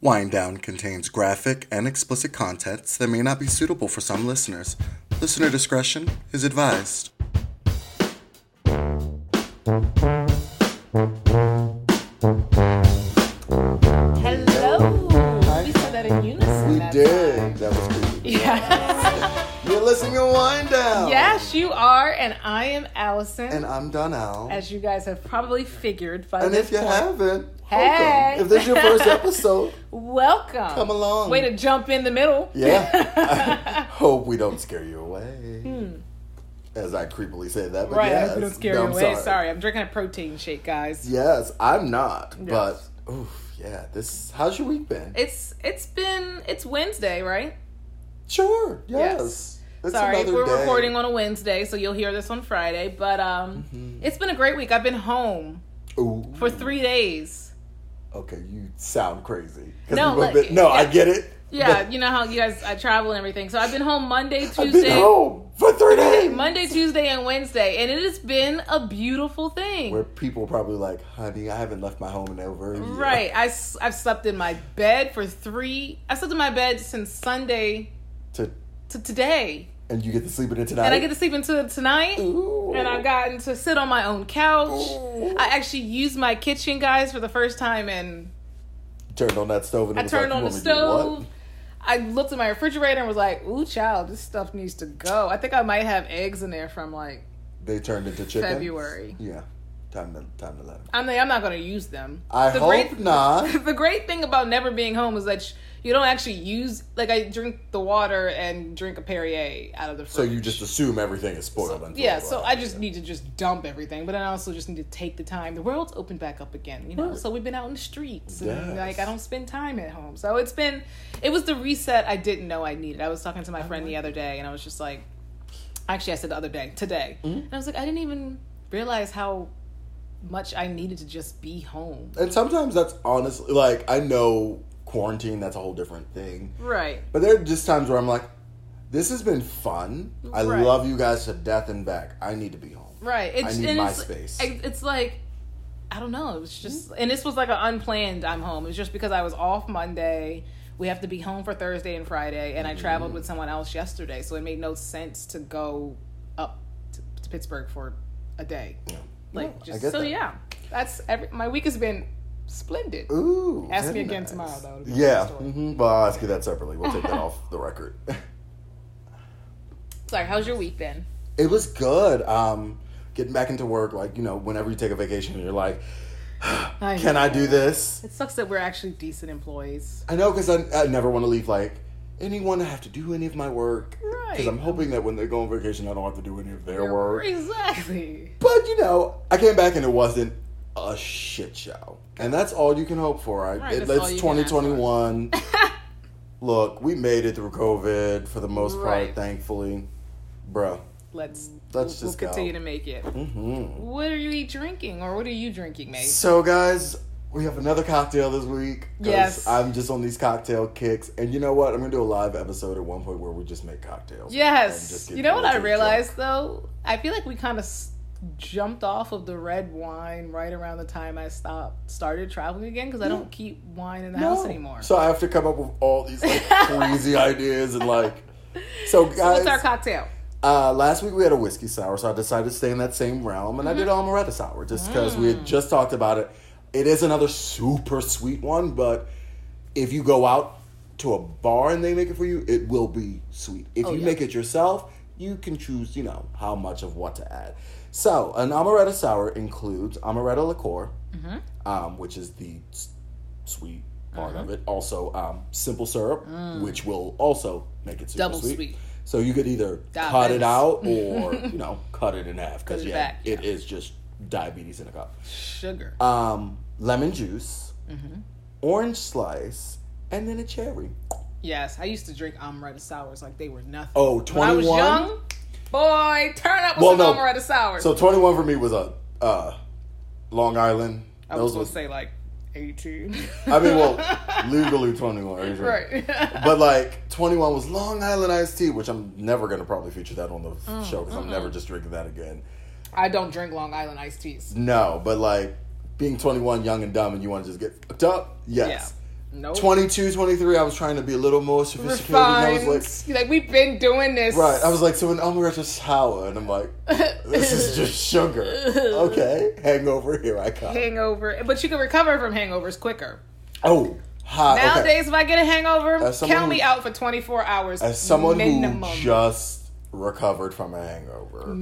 Wind Down contains graphic and explicit contents that may not be suitable for some listeners. Listener discretion is advised. Hello. We said that in unison. We that did. time. That was creepy. Yeah. You're listening to Wind Down. yes, you are, and I am Allison. And I'm Donnell. as you guys have probably figured by And this if you point, haven't, Hey. welcome. If this is your first episode, welcome. come along. Way to jump in the middle. Yeah. Hope we don't scare you away. As I creepily said that, but Hmm. right. I yes. hope you don't scare No, you I'm away. Sorry. I'm drinking a protein shake, guys. Yes, I'm not. Yes. But oof, yeah. This. How's your week been? It's it's been it's Wednesday, right? sure. Yes. Yes. It's Sorry, another we're day. recording on a Wednesday, so you'll hear this on Friday. But um, Mm-hmm. it's been a great week. I've been home Ooh. for three days. Okay, you sound crazy. 'Cause No, you would've look, been- no, I get it. Yeah, you know how you guys I travel and everything. So I've been home Monday, Tuesday, I've been home for three days. Monday, Tuesday, and Wednesday, and it has been a beautiful thing. Where people were probably like, honey, I haven't left my home in over a year. Right. I s- I've slept in my bed for 3 I slept in my bed since Sunday To, to today. and you get to sleep in it tonight. And I get to sleep until tonight. Ooh. And I've gotten to sit on my own couch. Ooh. I actually used my kitchen, guys, for the first time, and turned on that stove and it I was turned like, on you the want me to do what? stove. I looked at my refrigerator and was like, "Ooh, child, this stuff needs to go." I think I might have eggs in there from like They turned into chicken. February. Yeah. Time to time to let them. I mean, I'm not going to use them. I the hope great, not. The great thing about never being home is that sh- you don't actually use. Like I drink the water and drink a Perrier out of the fridge. So you just assume everything is spoiled. until yeah. it's So like- I just need to just dump everything, but I also just need to take the time. The world's opened back up again, you know. Right. So we've been out in the streets, Yes. and like I don't spend time at home. So it's been, it was the reset I didn't know I needed. I was talking to my friend the other day, and I was just like, actually, I said the other day, today, and I was like, I didn't even realize how much I needed to just be home. And sometimes that's honestly like I know quarantine. That's a whole different thing. Right. But there are just times where I'm like, this has been fun. I Right. love you guys to death and back. I need to be home. Right. It's, need and my it's, space. I- It's like, I don't know. It was just, and this was like an unplanned I'm home. It was just because I was off Monday. We have to be home for Thursday and Friday, and I Mm-hmm. traveled with someone else yesterday, so it made no sense to go up to, to Pittsburgh for a day. Yeah. Like, Yeah, I just get so that. yeah. That's every, my week has been splendid. Ooh. Ask very me again nice. tomorrow, though, to be Yeah. honest with you. hmm Well, I'll ask you that separately. We'll take that off the record. Sorry, how's your week been? It was good. Um, getting back into work, like you know, whenever you take a vacation, you're like, I can I do this? It sucks that we're actually decent employees. I know because I, I never want to leave like anyone have to do any of my work. Because Right. I'm hoping that when they go on vacation, I don't have to do any of their work. Exactly. But you know, I came back and it wasn't a shit show, and that's all you can hope for. Right? Right, it, it's that's all you can ask for. 2021. Look, we made it through COVID for the most Right. part, thankfully, bro. Let's Let's we'll just go. continue to make it. hmm What are you drinking, or what are you drinking, mate? So, guys, we have another cocktail this week. 'cause Yes. I'm just on these cocktail kicks. And you know what? I'm going to do a live episode at one point where we just make cocktails. And just Yes. get You know what I really realized though? I feel like we kind of s- jumped off of the red wine right around the time I stopped started traveling again because I don't keep wine in the drunk. house No. anymore. So, I have to come up with all these like, crazy ideas and like. So, guys, So what's our cocktail? uh, last week we had a whiskey sour, so I decided to stay in that same realm and I did Mm-hmm. Amaretto sour just because we Mm. had just talked about it. It is another super sweet one, but if you go out to a bar and they make it for you, it will be sweet. If Oh, you yeah. make it yourself, you can choose, you know, how much of what to add. So, an Amaretto sour includes Amaretto liqueur, Mm-hmm. um, which is the s- sweet part of it. Also, um, simple syrup, which will also make it super Mm. Double sweet. so you could either cut Diabetes. it out or you know cut it in half because Cut it yeah, back, it yeah. is just diabetes in a cup. Sugar. Um, lemon juice, Mm-hmm. orange slice, and then a cherry. yes, I used to drink amaretto sours like they were nothing. Oh, when I was 21? young, boy, turn up with Well, some no. amaretto sours. So twenty one for me was a uh, Long Island. I was Those gonna was say like eighteen. I mean well legally twenty one. right. But like twenty one was Long Island iced tea, which I'm never gonna probably feature that on the Mm, show because I'm never just drinking that again. I don't drink Long Island iced teas. No, but like being 21, young and dumb, and you want to just get fucked up. Yes. No. 22, 23, I was trying to be a little more sophisticated. And I Refined. was You're like, we've been doing this. like, right. I was like, so an amaretto is sour. And I'm like, this is just sugar. Okay. Hangover, here I come. hangover. But you can recover from hangovers quicker. Oh, hi. okay. Nowadays, if I get a hangover, As someone count me who- out for 24 hours. As someone minimum. who just recovered from a hangover,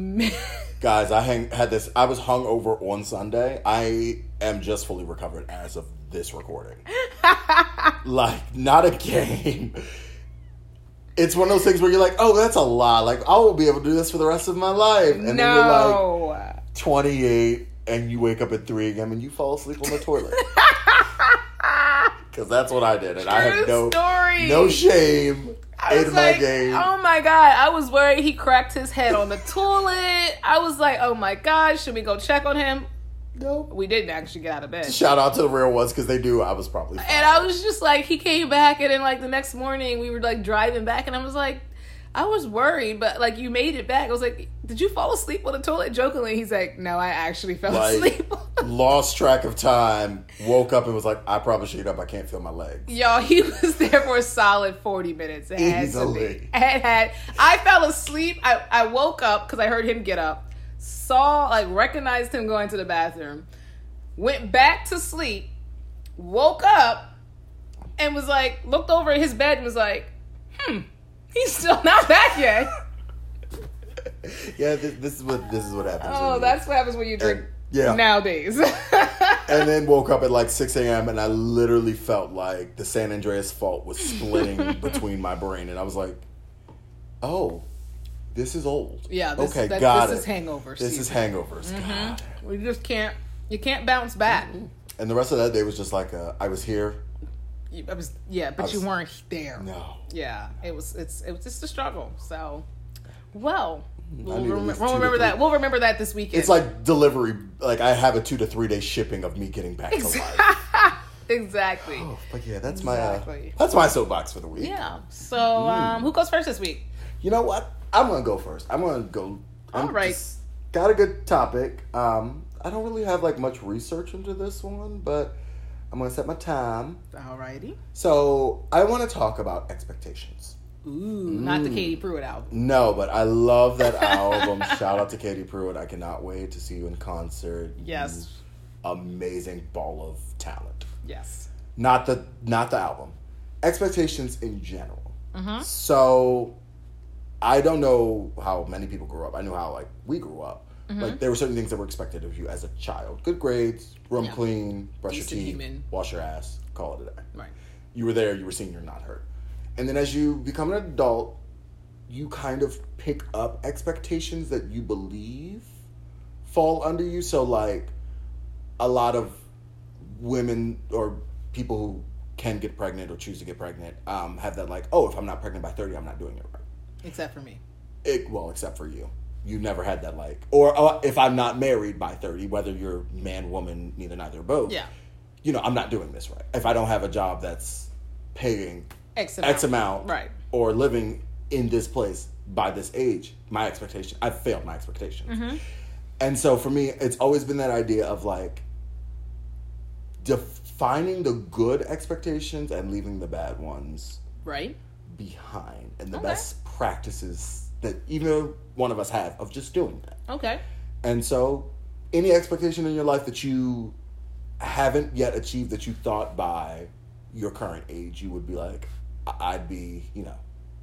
guys, I hang, had this. I was hungover on Sunday. I am just fully recovered as of this recording. like, not a game. It's one of those things where you're like, oh, that's a lot. Like, I won't be able to do this for the rest of my life. And then you're like no. 28, and you wake up at 3 a.m. and you fall asleep on the toilet. Because that's what I did. And I have True no, story. no shame I was in my like, game. oh my god! I was worried he cracked his head on the toilet. I was like, oh my god, should we go check on him? No. We didn't actually get out of bed. Shout out to the real ones because they do. I was probably. fine. And I was just like, he came back, and then like the next morning we were like driving back, and I was like, I was worried, but like you made it back. I was like, did you fall asleep on the toilet? Jokingly, he's like, no, I actually fell Like- asleep. on the-" Lost track of time. Woke up and was like, I probably should get up. I can't feel my legs. Y'all, he was there for a solid forty minutes. It had to be. Easily. It had. I fell asleep. I I woke up because I heard him get up, saw like recognized him going to the bathroom, went back to sleep, woke up, and was like looked over at his bed and was like, hmm, he's still not back yet. Yeah, this, this is what this is what happens. oh, when that's what happens when you you- drink and- yeah. nowadays. and then woke up at like 6 a.m. and I literally felt like the San Andreas fault was splitting between my brain, and I was like, "Oh, this is old." yeah. This, okay, that, got it. this is hangover. This is season. hangovers. Mm-hmm. God. we just can't. You can't bounce back. And the rest of that day was just like, a, "I was here." You- I was yeah, but was- you weren't there. No. Yeah, it was it's it was just a struggle. So, well, we'll, need at rem- least we'll two to remember that. three. We'll remember that this weekend. It's like delivery. Like I have a two to three day shipping of me getting back to life. exactly. Oh, but yeah, that's my uh, Exactly. that's my soapbox for the week. Yeah. So, Mm. um, who goes first this week? You know what? I'm gonna go first. I'm gonna go. I'm All right. just- Got a good topic. Um, I don't really have like much research into this one, but I'm gonna set my time. Alrighty. So I want to talk about expectations. Ooh, not Mm. the Katie Pruitt album. No, but I love that album. Shout out to Katie Pruitt. I cannot wait to see you in concert. Yes. You amazing ball of talent. Yes. not the not the album expectations in general so i don't know how many people grew up i knew how like we grew up like there were certain things that were expected of you as a child good grades room Yeah. clean brush Decent your teeth human. wash your ass call it a day Right. you were there, you were seen, you're not hurt. And then as you become an adult, you kind of pick up expectations that you believe fall under you. So, like, a lot of women or people who can get pregnant or choose to get pregnant um, have that, like, oh, if I'm not pregnant by 30, I'm not doing it right. Except for me. It, well, except for you. You never had that, like, or oh, if I'm not married by 30, whether you're man, woman, neither, neither, both Yeah. you know, I'm not doing this right. If I don't have a job that's paying X amount. X amount Right. or living in this place by this age, my expectation, I've failed my expectations. Mm-hmm. And so for me, it's always been that idea of like defining the good expectations and leaving the bad ones Right. behind and the Okay. best practices that either one of us have of just doing that. Okay. And so, any expectation in your life that you haven't yet achieved that you thought by your current age, you would be like, I- I'd be, you know,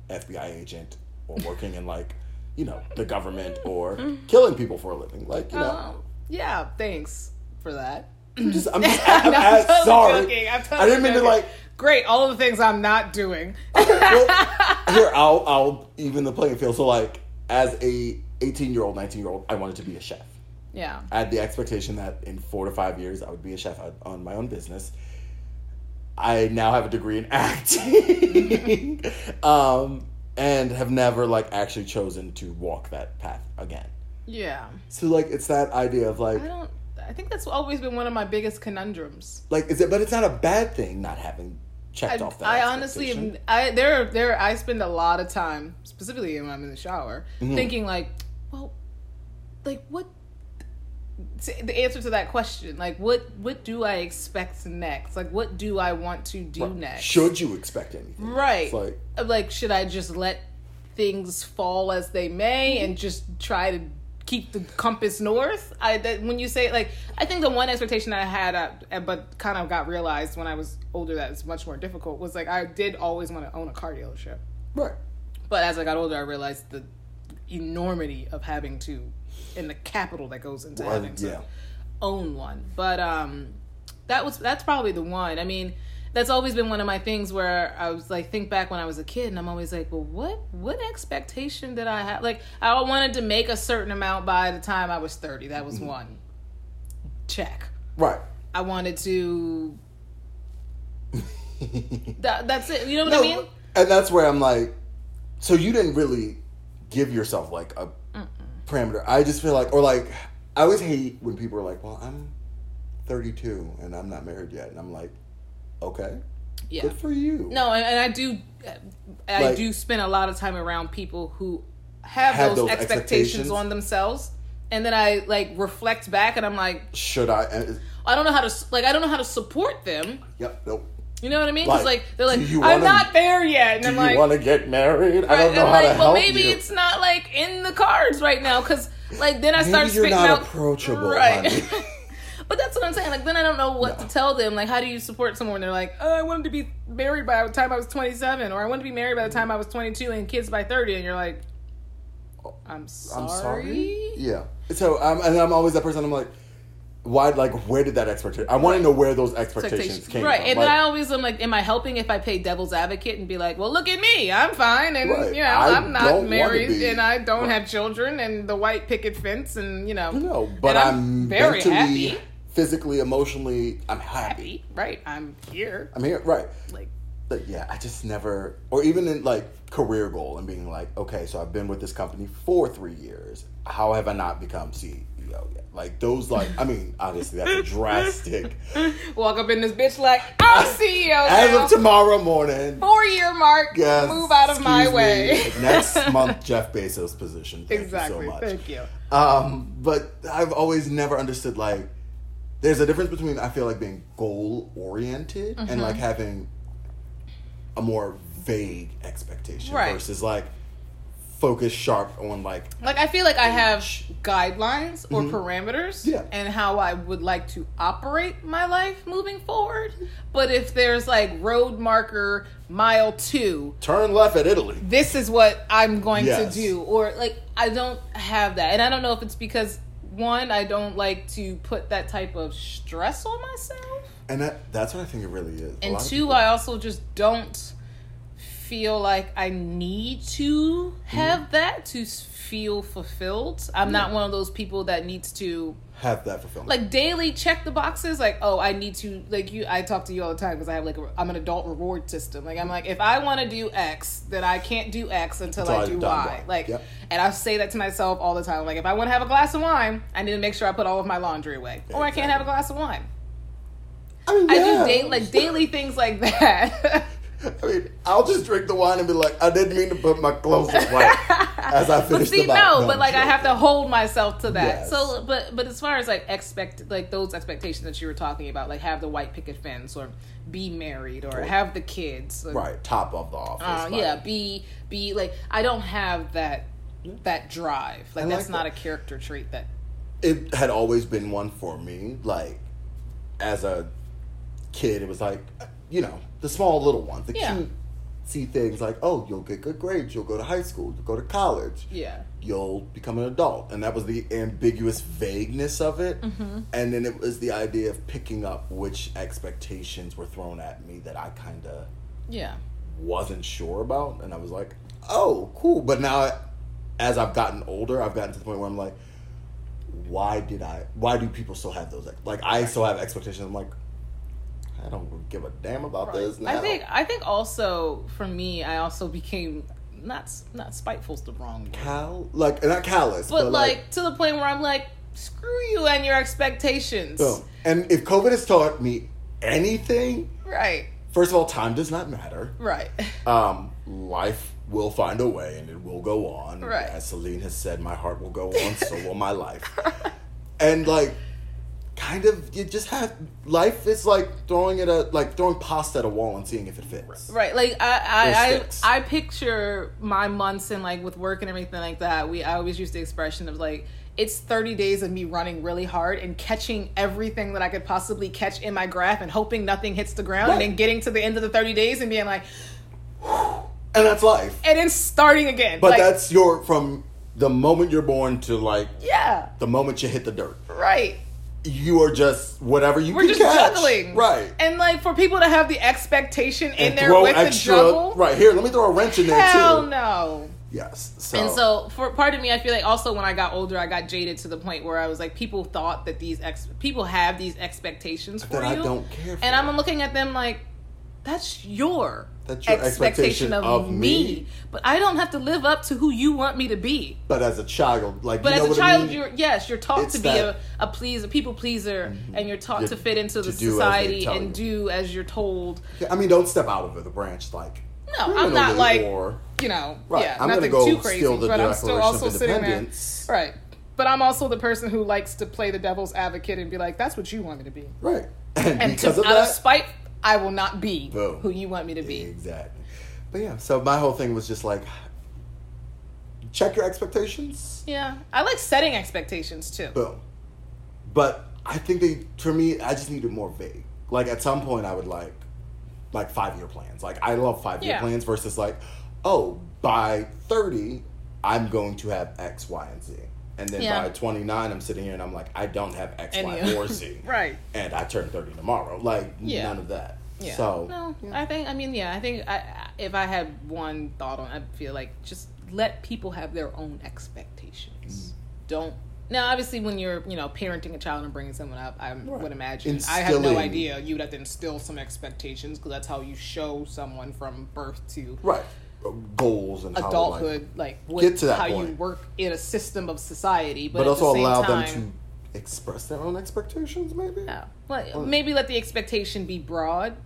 FBI agent or working in like, you know, the government or killing people for a living. Like, you know, Um, yeah. Thanks for that. I'm just, I'm just, I'm, No, I'm I'm totally sorry. joking. I'm totally I didn't mean to joking. like, Great. All of the things I'm not doing. well, here, I'll, I'll even the playing field. So, like, as a 18 year old, 19 year old, I wanted to be a chef. yeah. I had the expectation that in four to five years I would be a chef. I'd own my own business. I now have a degree in acting, um, and have never like actually chosen to walk that path again. Yeah. So like it's that idea of like I don't. I think that's always been one of my biggest conundrums. like is it? But it's not a bad thing not having checked I, off that. I honestly, expectation. am- I there, are- there, I spend a lot of time, Mm-hmm. specifically when I'm in the shower, thinking like, well, like what, t- the answer to that question. Like, what what do I expect next? Like, what do I want to do next? Should you expect anything? Right. It's like, I'm like, should I just let things fall as they may Mm-hmm. and just try to keep the compass north? I that when you say like, I think the one expectation I had, uh, uh, but kind of got realized when I was older that it's much more difficult was like I did always want to own a car dealership, right. but as I got older, I realized the enormity of having to and the capital that goes into Well, having to yeah. own one. But um that was that's probably the one. I mean, that's always been one of my things where I was like think back when I was a kid and I'm always like, "Well, what what expectation did I have? Like I wanted to make a certain amount by the time I was 30. That Mm-hmm. was one. Check. Right. I wanted to that, that's it. You know what I No, mean? And that's where I'm like, so you didn't really give yourself like a parameter. I just feel like, or like, I always hate when people are like, well, I'm 32 and I'm not married yet. And I'm like, okay, Yeah. good for you. No, and, and I do, I Like- do spend a lot of time around people who have, Have those, those expectations, expectations. on themselves, and then I like reflect back, and I'm like, Should I? uh, I don't know how to s- like, I don't know how to support them. Yep, nope. You know what I mean? 'Cause, Like, like they're like, do you I'm wanna- not there yet, and Do I'm you like, want to get married? I don't and know how like, to well, help maybe you. it's not like in the cards right now, because like then I start you're spitting not out approachable, honey. But that's what I'm saying. Like, then I don't know what No. to tell them. Like, how do you support someone? They're like, oh, I wanted to be married by the time I was 27, or I wanted to be married by the time I was 22 and kids by 30. And you're like, "Oh, I'm sorry. I'm sorry. Yeah. So I'm, and I'm always that person. I'm like, why? Like, where did that expectation? I want to know where those expectations, Expectations. came Right. from. And Like, then I always am like, am I helping if I play devil's advocate and be like, well, look at me. I'm fine. And, Right. you know, I I'm don't not wanna married be- and I don't Right. have children and the white picket fence and, you know. no, but and I'm, very mentally, happy. physically, emotionally, I'm happy. Happy. Right. I'm here. I'm here. Right. Like, But yeah, I just never, or even in like career goal and being like, okay, so I've been with this company for three years. How have I not become CEO yet? Like those, like I mean, obviously that's a drastic. walk up in this bitch like, I'm CEO. Ah, As now. of tomorrow morning, four year mark. Yes, Move out of my excuse way. me. Next month, Jeff Bezos' position. Thank exactly. You so much. Thank you. Um, but I've always never understood like there's a difference between I feel like being goal oriented Mm-hmm. and like having a more vague expectation Right. versus like focus sharp on like Like I feel like I have guidelines or parameters Mm. Mm-hmm. Yeah. and how I would like to operate my life moving forward. But if there's like road marker mile two, turn left at Italy. this is what I'm going Yes. to do, or like I don't have that, and I don't know if it's because one I don't like to put that type of stress on myself. And that that's what I think it really is. A and lot of two uh, people- i also just don't feel like i need to have Mm. that to s- feel fulfilled i'm not one of those people that needs to have that fulfillment. like daily check the boxes like oh i need to like you i talk to you all the time because i have like a, i'm an adult reward system like i'm like if i want to do x then i can't do x until Until i I've do y done Y. like Yep. and i say that to myself all the time like if i want to have a glass of wine i need to make sure i put all of my laundry away or i can't Exactly. have a glass of wine I, mean, i yeah. do daily like daily things like that I mean, I'll just drink the wine and be like, I didn't mean to put my clothes away as I but finish see, the no, bottle. I'm but like I joking. have to hold myself to that. Yes. So, but but as far as like expect like those expectations that you were talking about, like have the white picket fence or be married or have the kids, or, right top of the office. Uh, like- yeah, be be like I don't have that that drive. Like I that's like not that. a character trait. That it had always been one for me. Like, as a kid, it was like, you know, the small little ones, the Yeah. cute, see things like, oh, you'll get good grades, you'll go to high school, you'll go to college, yeah, you'll become an adult, and that was the ambiguous vagueness of it. And then it was the idea of picking up which expectations were thrown at me that I kind of yeah, wasn't sure about, and I was like, "Oh, cool." But now, I- as I've gotten older, I've gotten to the point where I'm like, "Why did I? Why do people still have those? ex- Like, I still have expectations. I'm like, I don't give a damn about this now. I think I think also for me, I also became not s- not spiteful's the wrong word. Cal, like, not callous, but like, to the point where I'm like, screw you and your expectations. boom. And if COVID has taught me anything, Right, first of all, time does not matter. right, Um, life will find a way, and it will go on. Right. As Celine has said, my heart will go on, so will my life. and like kind of you just have life is like throwing it at like throwing pasta at a wall and seeing if it fits. Right, like I Or sticks. I, I, I picture my months and like with work and everything like that. We I always use the expression of like it's thirty days of me running really hard and catching everything that I could possibly catch in my graph and hoping nothing hits the ground and Right. then getting to the end of the thirty days and being like And that's life. and then starting again. But like, that's your from the moment you're born to like yeah, the moment you hit the dirt. right. You are just whatever you We're can just catch. juggling, Right. And like for people to have the expectation in And there with the juggle, Right here, let me throw a wrench in there hell too. no. Yes. So, And so, for part of me, I feel like also when I got older, I got jaded to the point where I was like, people thought that these ex- people have these expectations for That I you, don't care for. and I'm looking at them like, that's your That's your expectation of me. but I don't have to live up to who you want me to be. but as a child, like But you know as a what I child, mean? you're yes, you're taught It's to be that- a, a pleaser, people pleaser, and you're taught You- to fit into to do the as they society tell and do as you're told. I mean, don't step out of the branch like No, I'm criminally not like or- you know, Right, yeah, I'm gonna nothing go too crazy, steal the but I'm still Declaration also of sitting there, Independence. right? But I'm also the person who likes to play the devil's advocate and be like, "That's what you want me to be," right, and, and to, because of out that, of spite, I will not be Boom. who you want me to be. exactly. But yeah, so my whole thing was just like, check your expectations. Yeah, I like setting expectations too. Boom. But I think they, for me, I just needed more vague. Like at some point, I would like, like five year plans. Like I love five year Yeah. plans versus like, oh, by thirty, I'm going to have X, Y, and Z. And then Yeah. by 29, I'm sitting here and I'm like, I don't have X, Y, Any- or Z. Right. And I turn 30 tomorrow. Like, Yeah. none of that. Yeah. So, no, yeah. I think I mean yeah, I think I, I, if I had one thought on, I feel like just let people have their own expectations. Mm. Don't. Now, obviously, when you're you know parenting a child and bringing someone up, I would imagine I have no Instilling. idea you would have to instill some expectations because that's how you show someone from birth to Right. Uh, Goals and how to, like- adulthood, like, what, get to that how you point. work in a system of society, but, but at also the same allow time, them to express their own expectations, maybe. Yeah. Well, maybe let the expectation be broad,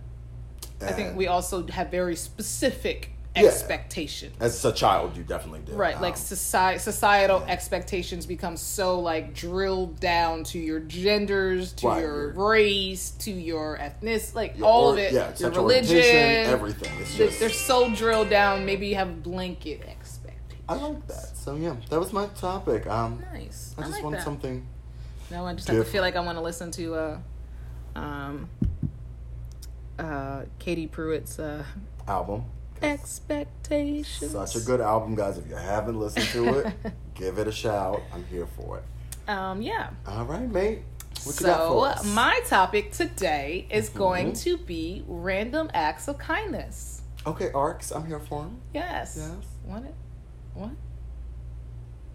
I think And we also have very specific Yeah. expectations. As a child, you definitely did. Right, like Um, society, societal expectations become so like drilled down to your genders, to Right, your your- race, to your ethnicity, like your all of ori- it, Yeah, your sexual religion, orientation, everything. It's They- just, They're so drilled down. Maybe you have blanket expectations. I like that. So yeah, that was my topic. Um, Nice. I I just like wanted that. something. Now I just have to Different. feel like I want to listen to uh, um, uh, Katie Pruitt's uh, Album. expectations. Such a good album, guys. If you haven't listened to it, give it a shout. I'm here for it. Um, yeah. All right, mate. What you got for so us? Mm-hmm. my topic today is going to be random acts of kindness. okay, arcs. I'm here for them. Yes. Yes. What? it- What?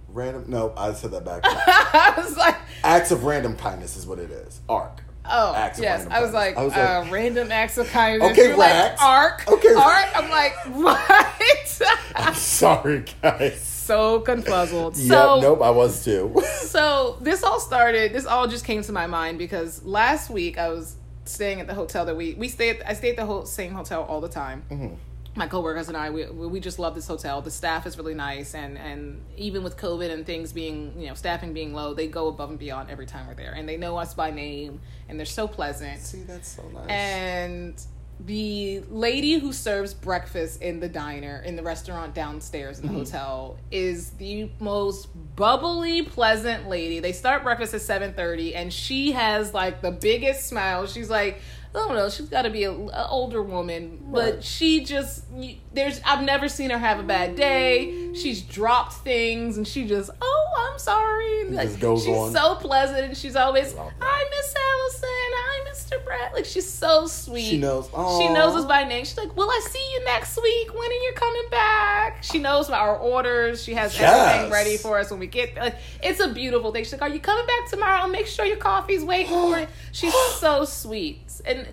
Random. No, I said that back. I was like, Acts of random kindness is what it is. Arc. oh Acts of yes. random I was kindness. like, I was uh, like- random acts of kindness. Okay, You're like, Rax. arc. Okay. arc. I'm like, what? I'm sorry, guys. so confuzzled. So yep, nope, I was too. so this all started this all just came to my mind because last week i was staying at the hotel that we we stayed i stayed at the whole same hotel all the time my coworkers and i we, we just love this hotel the staff is really nice and and even with covid and things being you know staffing being low they go above and beyond every time we're there and they know us by name and they're so pleasant See, that's so nice. and the lady who serves breakfast in the diner in the restaurant downstairs in the Mm-hmm. hotel is the most bubbly pleasant lady they start breakfast at 7.30 and she has like the biggest smile she's like i don't know she's got to be an older woman but Right. she just you- there's i've never seen her have a bad day she's dropped things and she just oh i'm sorry and, like, just goes she's on. so pleasant and she's always Love that. hi miss allison hi mr brett like she's so sweet She knows. she Aw. knows us by name. She's like, "Will I see you next week? When are you coming back?" She knows about our orders. She has everything Yes. ready for us when we get. Like, it's a beautiful thing. She's like, "Are you coming back tomorrow? Make sure your coffee's waiting for it." She's so sweet. And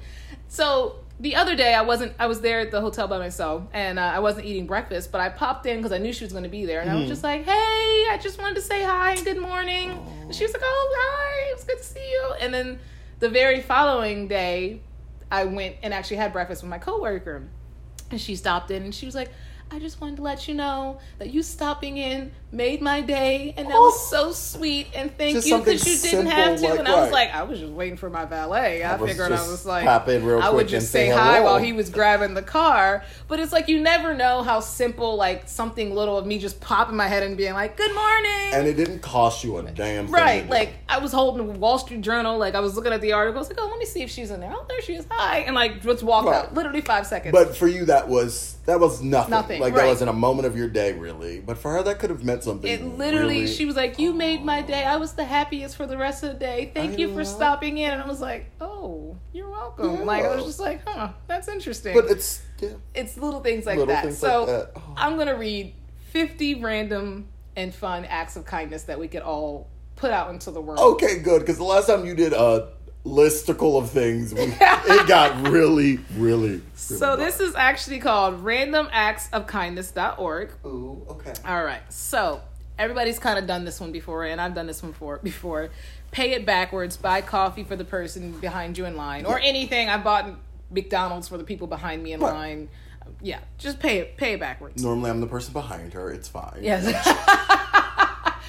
so the other day, I wasn't. I was there at the hotel by myself, and uh, I wasn't eating breakfast. But I popped in because I knew she was going to be there, and I was just like, "Hey, I just wanted to say hi and good morning." And she was like, "Oh, hi! It was good to see you." And then the very following day, I went and actually had breakfast with my coworker. And she stopped in and she was like, I just wanted to let you know that you stopping in made my day, and that was so sweet, and thank Just you something because you didn't simple have to. like and I was that. like, I was just waiting for my valet. I, I was figured I just was like, pop in real I quick would and just say say hi hello. while he was grabbing the car. But it's like you never know how simple, like something little of me just popping my head and being like, "Good morning." And it didn't cost you a damn thing. to Right, do. like I was holding the Wall Street Journal, like I was looking at the article. I was like, "Oh, let me see if she's in there." Oh, there she is. Hi, and like let's walk Right. out. Literally five seconds. But for you, that was that was nothing. Nothing, Like right. that wasn't a moment of your day, really. But for her, that could have meant something. It literally, really- she was like, "You made my day. I was the happiest for the rest of the day. Thank I you for love- stopping in." And I was like, "Oh, you're welcome." You're like I was welcome. just like, "Huh, that's interesting." But it's yeah. it's little things like Little that. things so like that. Oh. I'm gonna read 50 random and fun acts of kindness that we could all put out into the world. okay, good. Because the last time you did a listicle of things, we, it got really, really. really so this is actually called randomactsofkindness.org. Ooh, okay. All right. So everybody's kind of done this one before, and I've done this one for before. Pay it backwards. Buy coffee for the person behind you in line, or anything. I bought McDonald's for the people behind me in Right. line. Yeah, just pay it. Pay it backwards. Normally, I'm the person behind her. It's fine. Yes.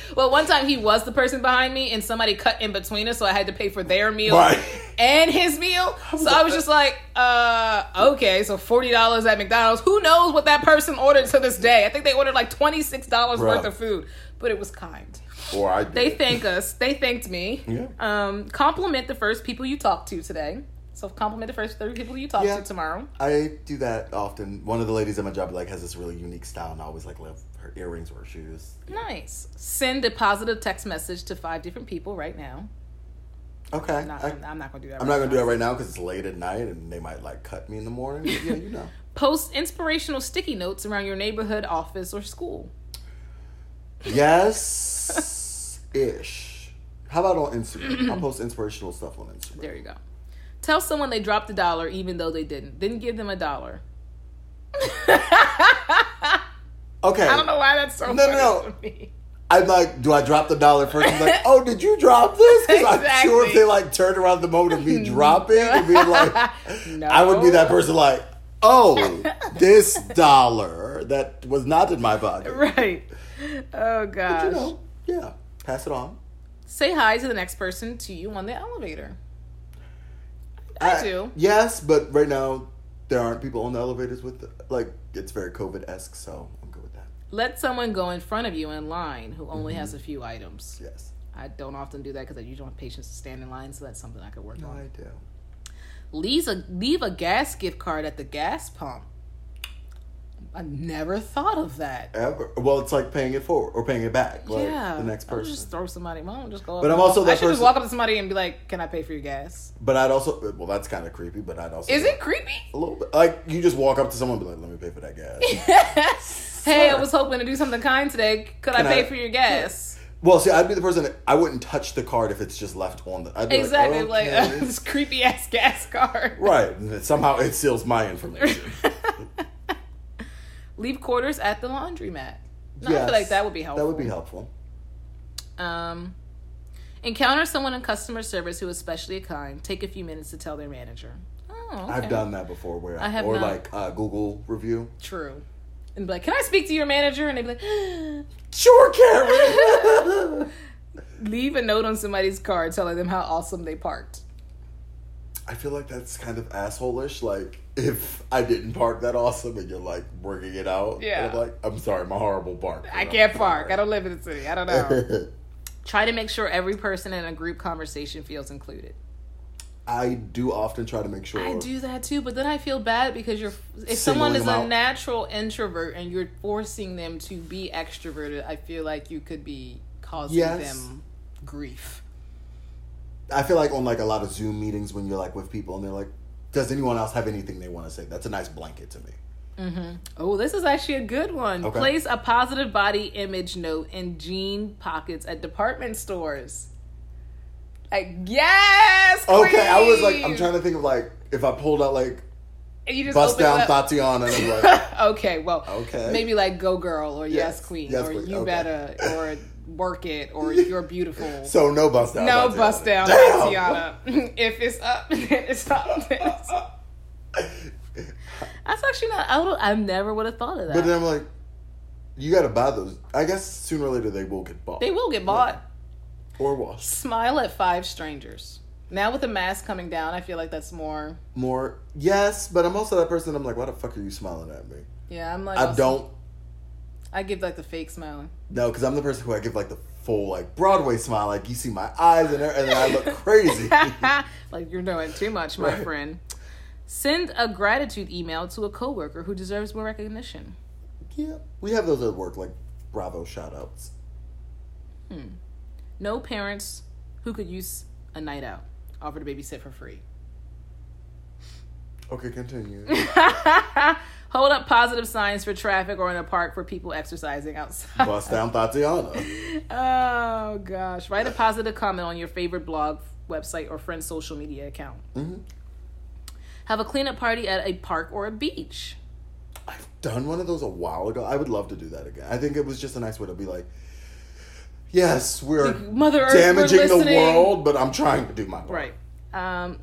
well, one time he was the person behind me, and somebody cut in between us, so I had to pay for their meal Right. and his meal. So I was just like, uh, okay, so forty dollars at McDonald's. Who knows what that person ordered to this day? I think they ordered like twenty six dollars Right. worth of food, but it was kind. Or I. Did. They thank us. They thanked me. Yeah. Um, compliment the first people you talk to today. So compliment the first thirty people you talk Yeah. to tomorrow. I do that often. One of the ladies at my job like has this really unique style, and I always like love her earrings or her shoes. Nice. Send a positive text message to five different people right now. Okay. I'm not, I, I'm not gonna do that. I'm not gonna do that right now because it's late at night, and they might like cut me in the morning. but yeah, you know. Post inspirational sticky notes around your neighborhood, office, or school. Yes, ish. How about on Instagram? I'll post inspirational stuff on Instagram. There you go. Tell someone they dropped a dollar even though they didn't. Then give them a dollar. Okay. I don't know why that's so No, funny no, no. to me. I'm like, do I drop the dollar first? I'm like, oh, did you drop this? 'Cause I'm sure if Exactly. they like turned around the moment of me dropping and being like, I would be that person like, oh, this dollar that was not in my pocket. Right. Oh gosh. You know, yeah. Pass it on. Say hi to the next person to you on the elevator. I do. Yes, but right now there aren't people on the elevators with like it's very COVID esque, so I'm good with that. Let someone go in front of you in line who only has a few items. Yes. I don't often do that because I usually want patients to stand in line, so that's something I could work on. I do. leaves a leave a gas gift card at the gas pump. I never thought of that. Ever. Well, it's like paying it forward or paying it back. Like yeah, the next I would person. just throw somebody. Why don't I just go? up But and I'm also walk- I that should just person- walk up to somebody and be like, "Can I pay for your gas?" But I'd also well, that's kind of creepy. But I'd also Is it a creepy? little bit like you just walk up to someone and be like, "Let me pay for that gas." hey, I was hoping to do something kind today. Could I Can pay I- for your gas? well, see, I'd be the person that, I wouldn't touch the card if it's just left on the. I'd be Exactly, like, like, "Okay." this creepy ass gas card. right. And then somehow it seals my information. Leave quarters at the laundromat. No, I Yes. feel like that would be helpful. That would be helpful. Um, encounter someone in customer service who is especially kind. Take a few minutes to tell their manager. Oh, okay. I've done that before, where I have or not. like uh, Google review. True. And be like, can I speak to your manager? And they'd be like, Sure, Karen. leave a note on somebody's car telling them how awesome they parked. I feel like that's kind of assholeish. Like if I didn't park that awesome, and you're like bringing it out. Yeah. And I'm like, I'm sorry, my horrible bark. I can't park. I don't live in the city. I don't know. Try to make sure every person in a group conversation feels included. I do often try to make sure. I do that too, but then I feel bad because you're if someone Singling is them a out. natural introvert and you're forcing them to be extroverted, I feel like you could be causing Yes. them grief. I feel like on like a lot of Zoom meetings when you're like with people and they're like, "Does anyone else have anything they want to say?" That's a nice blanket to me. Oh, this is actually a good one. Okay. Place a positive body image note in jean pockets at department stores. Like, yes. Okay, I was like, I'm queen! trying to think of like if I pulled out like And you just bust open it down up. Tatiana and I'm like, okay, well, Okay. maybe like go girl or yes, Yes, queen yes, or queen, you okay. better or work it or you're beautiful. so no bust down. no Tatiana. bust down, Damn! Tatiana. if it's up, then it's up. I That's actually not. I, would, I never would have thought of that. But then I'm like, you got to buy those. I guess sooner or later they will get bought. they will get bought. Or was Smile at five strangers. Now with the mask coming down, I feel like that's more. more. Yes, but I'm also that person. I'm like, why the fuck are you smiling at me? Yeah, I'm like. I also- don't I give like the fake smiling. know because I'm the person who I give like the full like Broadway smile, like you see my eyes and everything, and then I look crazy. like you're doing too much, my Right. friend. Send a gratitude email to a coworker who deserves more recognition. yeah, we have those at work, like Bravo shout outs. No parents who could use a night out. Offer to babysit for free. Okay, continue. Hold up positive signs for traffic or in a park for people exercising outside. Bust down Tatiana. Oh gosh. Write a positive comment on your favorite blog, website, or friend's social media account. Mhm. Have a cleanup party at a park or a beach. I've done one of those a while ago. I would love to do that again. I think it was just a nice way to be like, yes, we're Mother Earth, damaging we're the listening. world, but I'm trying to do my part. Right. Um,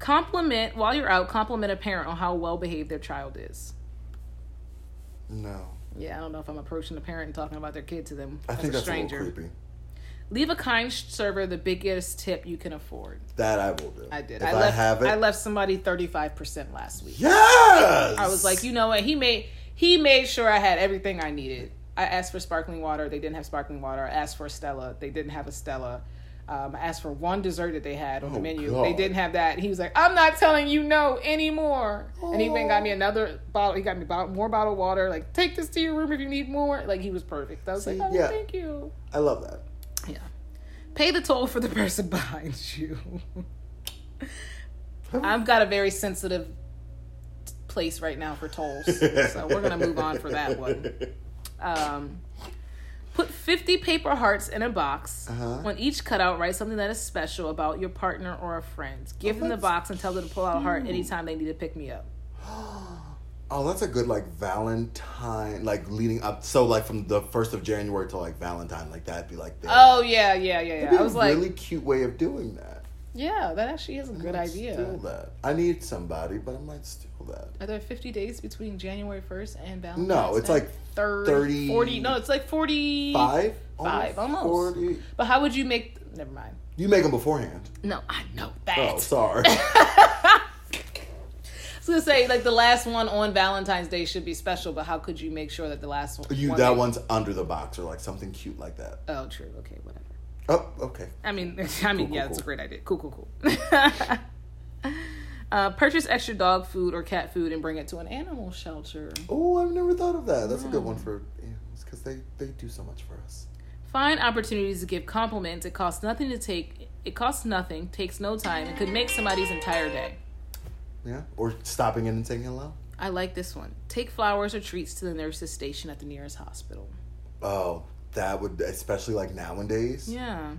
compliment while you're out. Compliment a parent on how well behaved their child is. No, Yeah, I don't know if I'm approaching a parent and talking about their kid to them I as think a that's stranger. a little creepy. Leave a kind server the biggest tip you can afford. That I will do. I did. If I, I left. have it, I left somebody thirty five percent last week. yes. I was like, you know what? He made he made sure I had everything I needed. I asked for sparkling water. They didn't have sparkling water. I asked for a Stella. They didn't have a Stella. Um, I asked for one dessert that they had on the Oh, menu. God. They didn't have that. He was like, I'm not telling you no anymore. And he went and got Oh. me another bottle. He got me bottle, more bottled water. Like, take this to your room if you need more. Like, he was perfect. I was See, like, oh, yeah. thank you. I love that. Yeah. Pay the toll for the person behind you. I've got a very sensitive place right now for tolls. so we're going to move on for that one. Um, put 50 paper hearts in a box. Uh-huh. On each cutout, write something that is special about your partner or a friend. Give them the that's box and tell them to pull out a heart anytime they need to pick me up. Oh, that's a good like Valentine, like leading up. So like from the first of January to like Valentine, like that'd be like. The, Oh, yeah, yeah, yeah, That'd be yeah. I was a like, really cute way of doing that. yeah, that actually is a good I'd Steal idea. that. I need somebody, but I might steal that. Are there 50 days between January 1st and Valentine's No, it's Day? like 30, 30 40 no it's like 40 Five. Five, almost. Forty. but how would you make never mind You make them beforehand. no i know that Oh, sorry. i was gonna say like the last one on valentine's day should be special but how could you make sure that the last one you that they- one's under the box or like something cute like that. oh true okay whatever Oh, okay. i mean i mean Cool, yeah cool, it's a cool. great idea cool cool cool uh, purchase extra dog food or cat food and bring it to an animal shelter Oh, I've never thought of that. That's a good Hmm. one for animals because they they do so much for us. Find opportunities to give compliments. It costs nothing to take. It costs nothing, takes no time, and could make somebody's entire day. Yeah. Or stopping in and saying hello. I like this one. Take flowers or treats to the nurse's station at the nearest hospital. Oh, that would especially like nowadays. Yeah.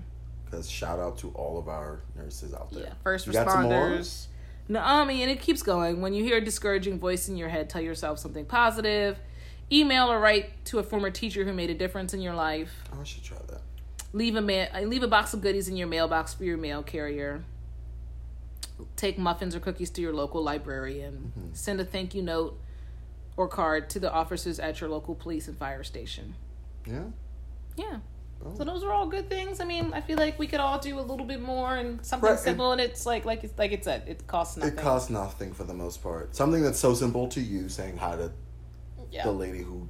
Because shout out to all of our nurses out there. Yeah. First You got some more? responders. No, I mean, and it keeps going. When you hear a discouraging voice in your head, tell yourself something positive. Email or write to a former teacher who made a difference in your life. Oh, I should try that. Leave a ma- uh, leave a box of goodies in your mailbox for your mail carrier. Take muffins or cookies to your local librarian. Mm-hmm. Send a thank you note or card to the officers at your local police and fire station. Yeah. Yeah. Oh. So those are all good things. I mean, I feel like we could all do a little bit more and something Right, and- simple. And it's like, like, it's like it said, it costs nothing. It costs nothing for the most part. Something that's so simple to you, saying hi to yeah, the lady who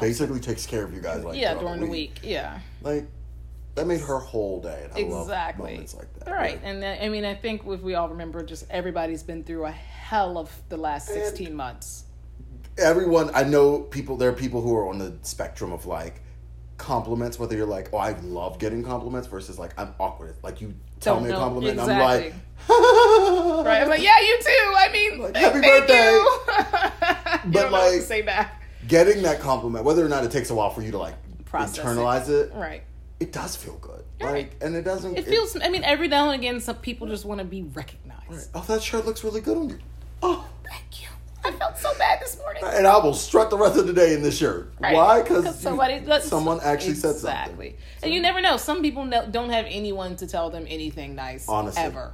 basically takes care of you guys like yeah, during the week. Yeah, Like that made her whole day. And I Exactly. Love moments like that. all right. Like, And then, I mean, I think if we all remember, just everybody's been through a hell of the last sixteen months. everyone I know people there are people who are on the spectrum of like compliments, whether you're like, Oh, I love getting compliments versus like I'm awkward. Like you tell Don't me a know. compliment Exactly. and I'm like Right? I'm like, yeah, you too. I mean, Oh, Like, happy happy birthday. birthday. You. you But don't know what to like- say back. Getting that compliment, whether or not it takes a while for you to like Process it. internalize it, Right. it does feel good. Right. Like and it doesn't It feels. I mean, every now and again, some people just want to be recognized. Oh, that shirt looks really good on you. Oh, Thank you. I felt so bad this morning. and I will strut the rest of the day in this shirt. Right. Why? Because somebody, that's- someone actually exactly. said something. and you never know. Some people no, don't have anyone to tell them anything nice, Honestly. ever,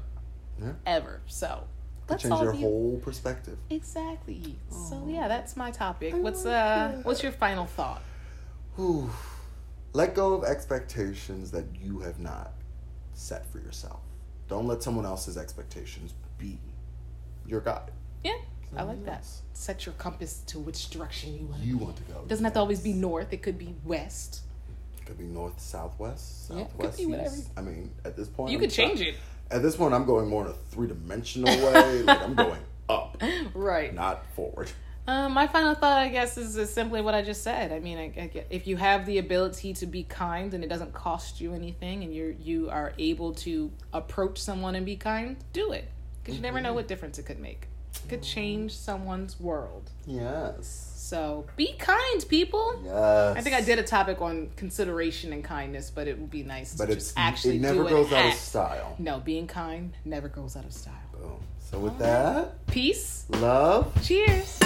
Yeah. ever. So It That's changed all your you- whole perspective. Exactly. So Aw. yeah, that's my topic. I What's like uh that. what's your final thought? Whew. Let go of expectations that you have not set for yourself. Don't let someone else's expectations be your guide. Yeah, I like Something that. else. Set your compass to which direction you want. You want to go. Doesn't have to always be north, it could be west. Could be north, southwest, Yeah, could southwest, be whatever. east. I mean, at this point, You I'm could try- change it. At this point, I'm going more in a three dimensional way. like I'm going up, Right. not forward. Um, my final thought, I guess, is, is simply what I just said. I mean, I, I get- if you have the ability to be kind and it doesn't cost you anything, and you you are able to approach someone and be kind, do it because you Mm-hmm. never know what difference it could make. It could change someone's world. Yes. So be kind, people. Yes. I think I did a topic on consideration and kindness, but it would be nice But to it's just actually it never do goes an out of act. style. No, being kind never goes out of style. Boom. So with that, Peace. love. Cheers.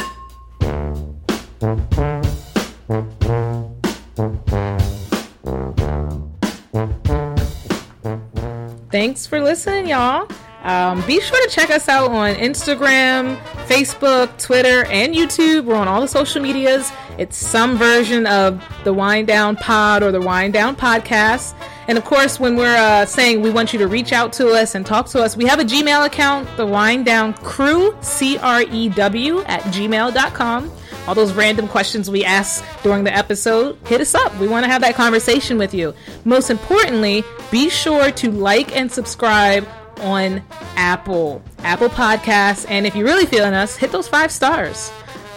Thanks for listening, y'all. Um, be sure to check us out on Instagram, Facebook, Twitter, and YouTube. We're on all the social medias. It's some version of the Wind Down Pod or the Wind Down Podcast. And of course, when we're uh, saying we want you to reach out to us and talk to us, we have a Gmail account, the Wind Down Crew, C R E W, at gmail.com. All those random questions we ask during the episode, hit us up. We want to have that conversation with you. Most importantly, be sure to like and subscribe on Apple, Apple Podcasts. And if you're really feeling us, hit those five stars.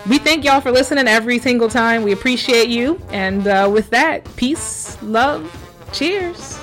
We thank y'all for listening every single time. We appreciate you. And uh, with that, peace, love, cheers.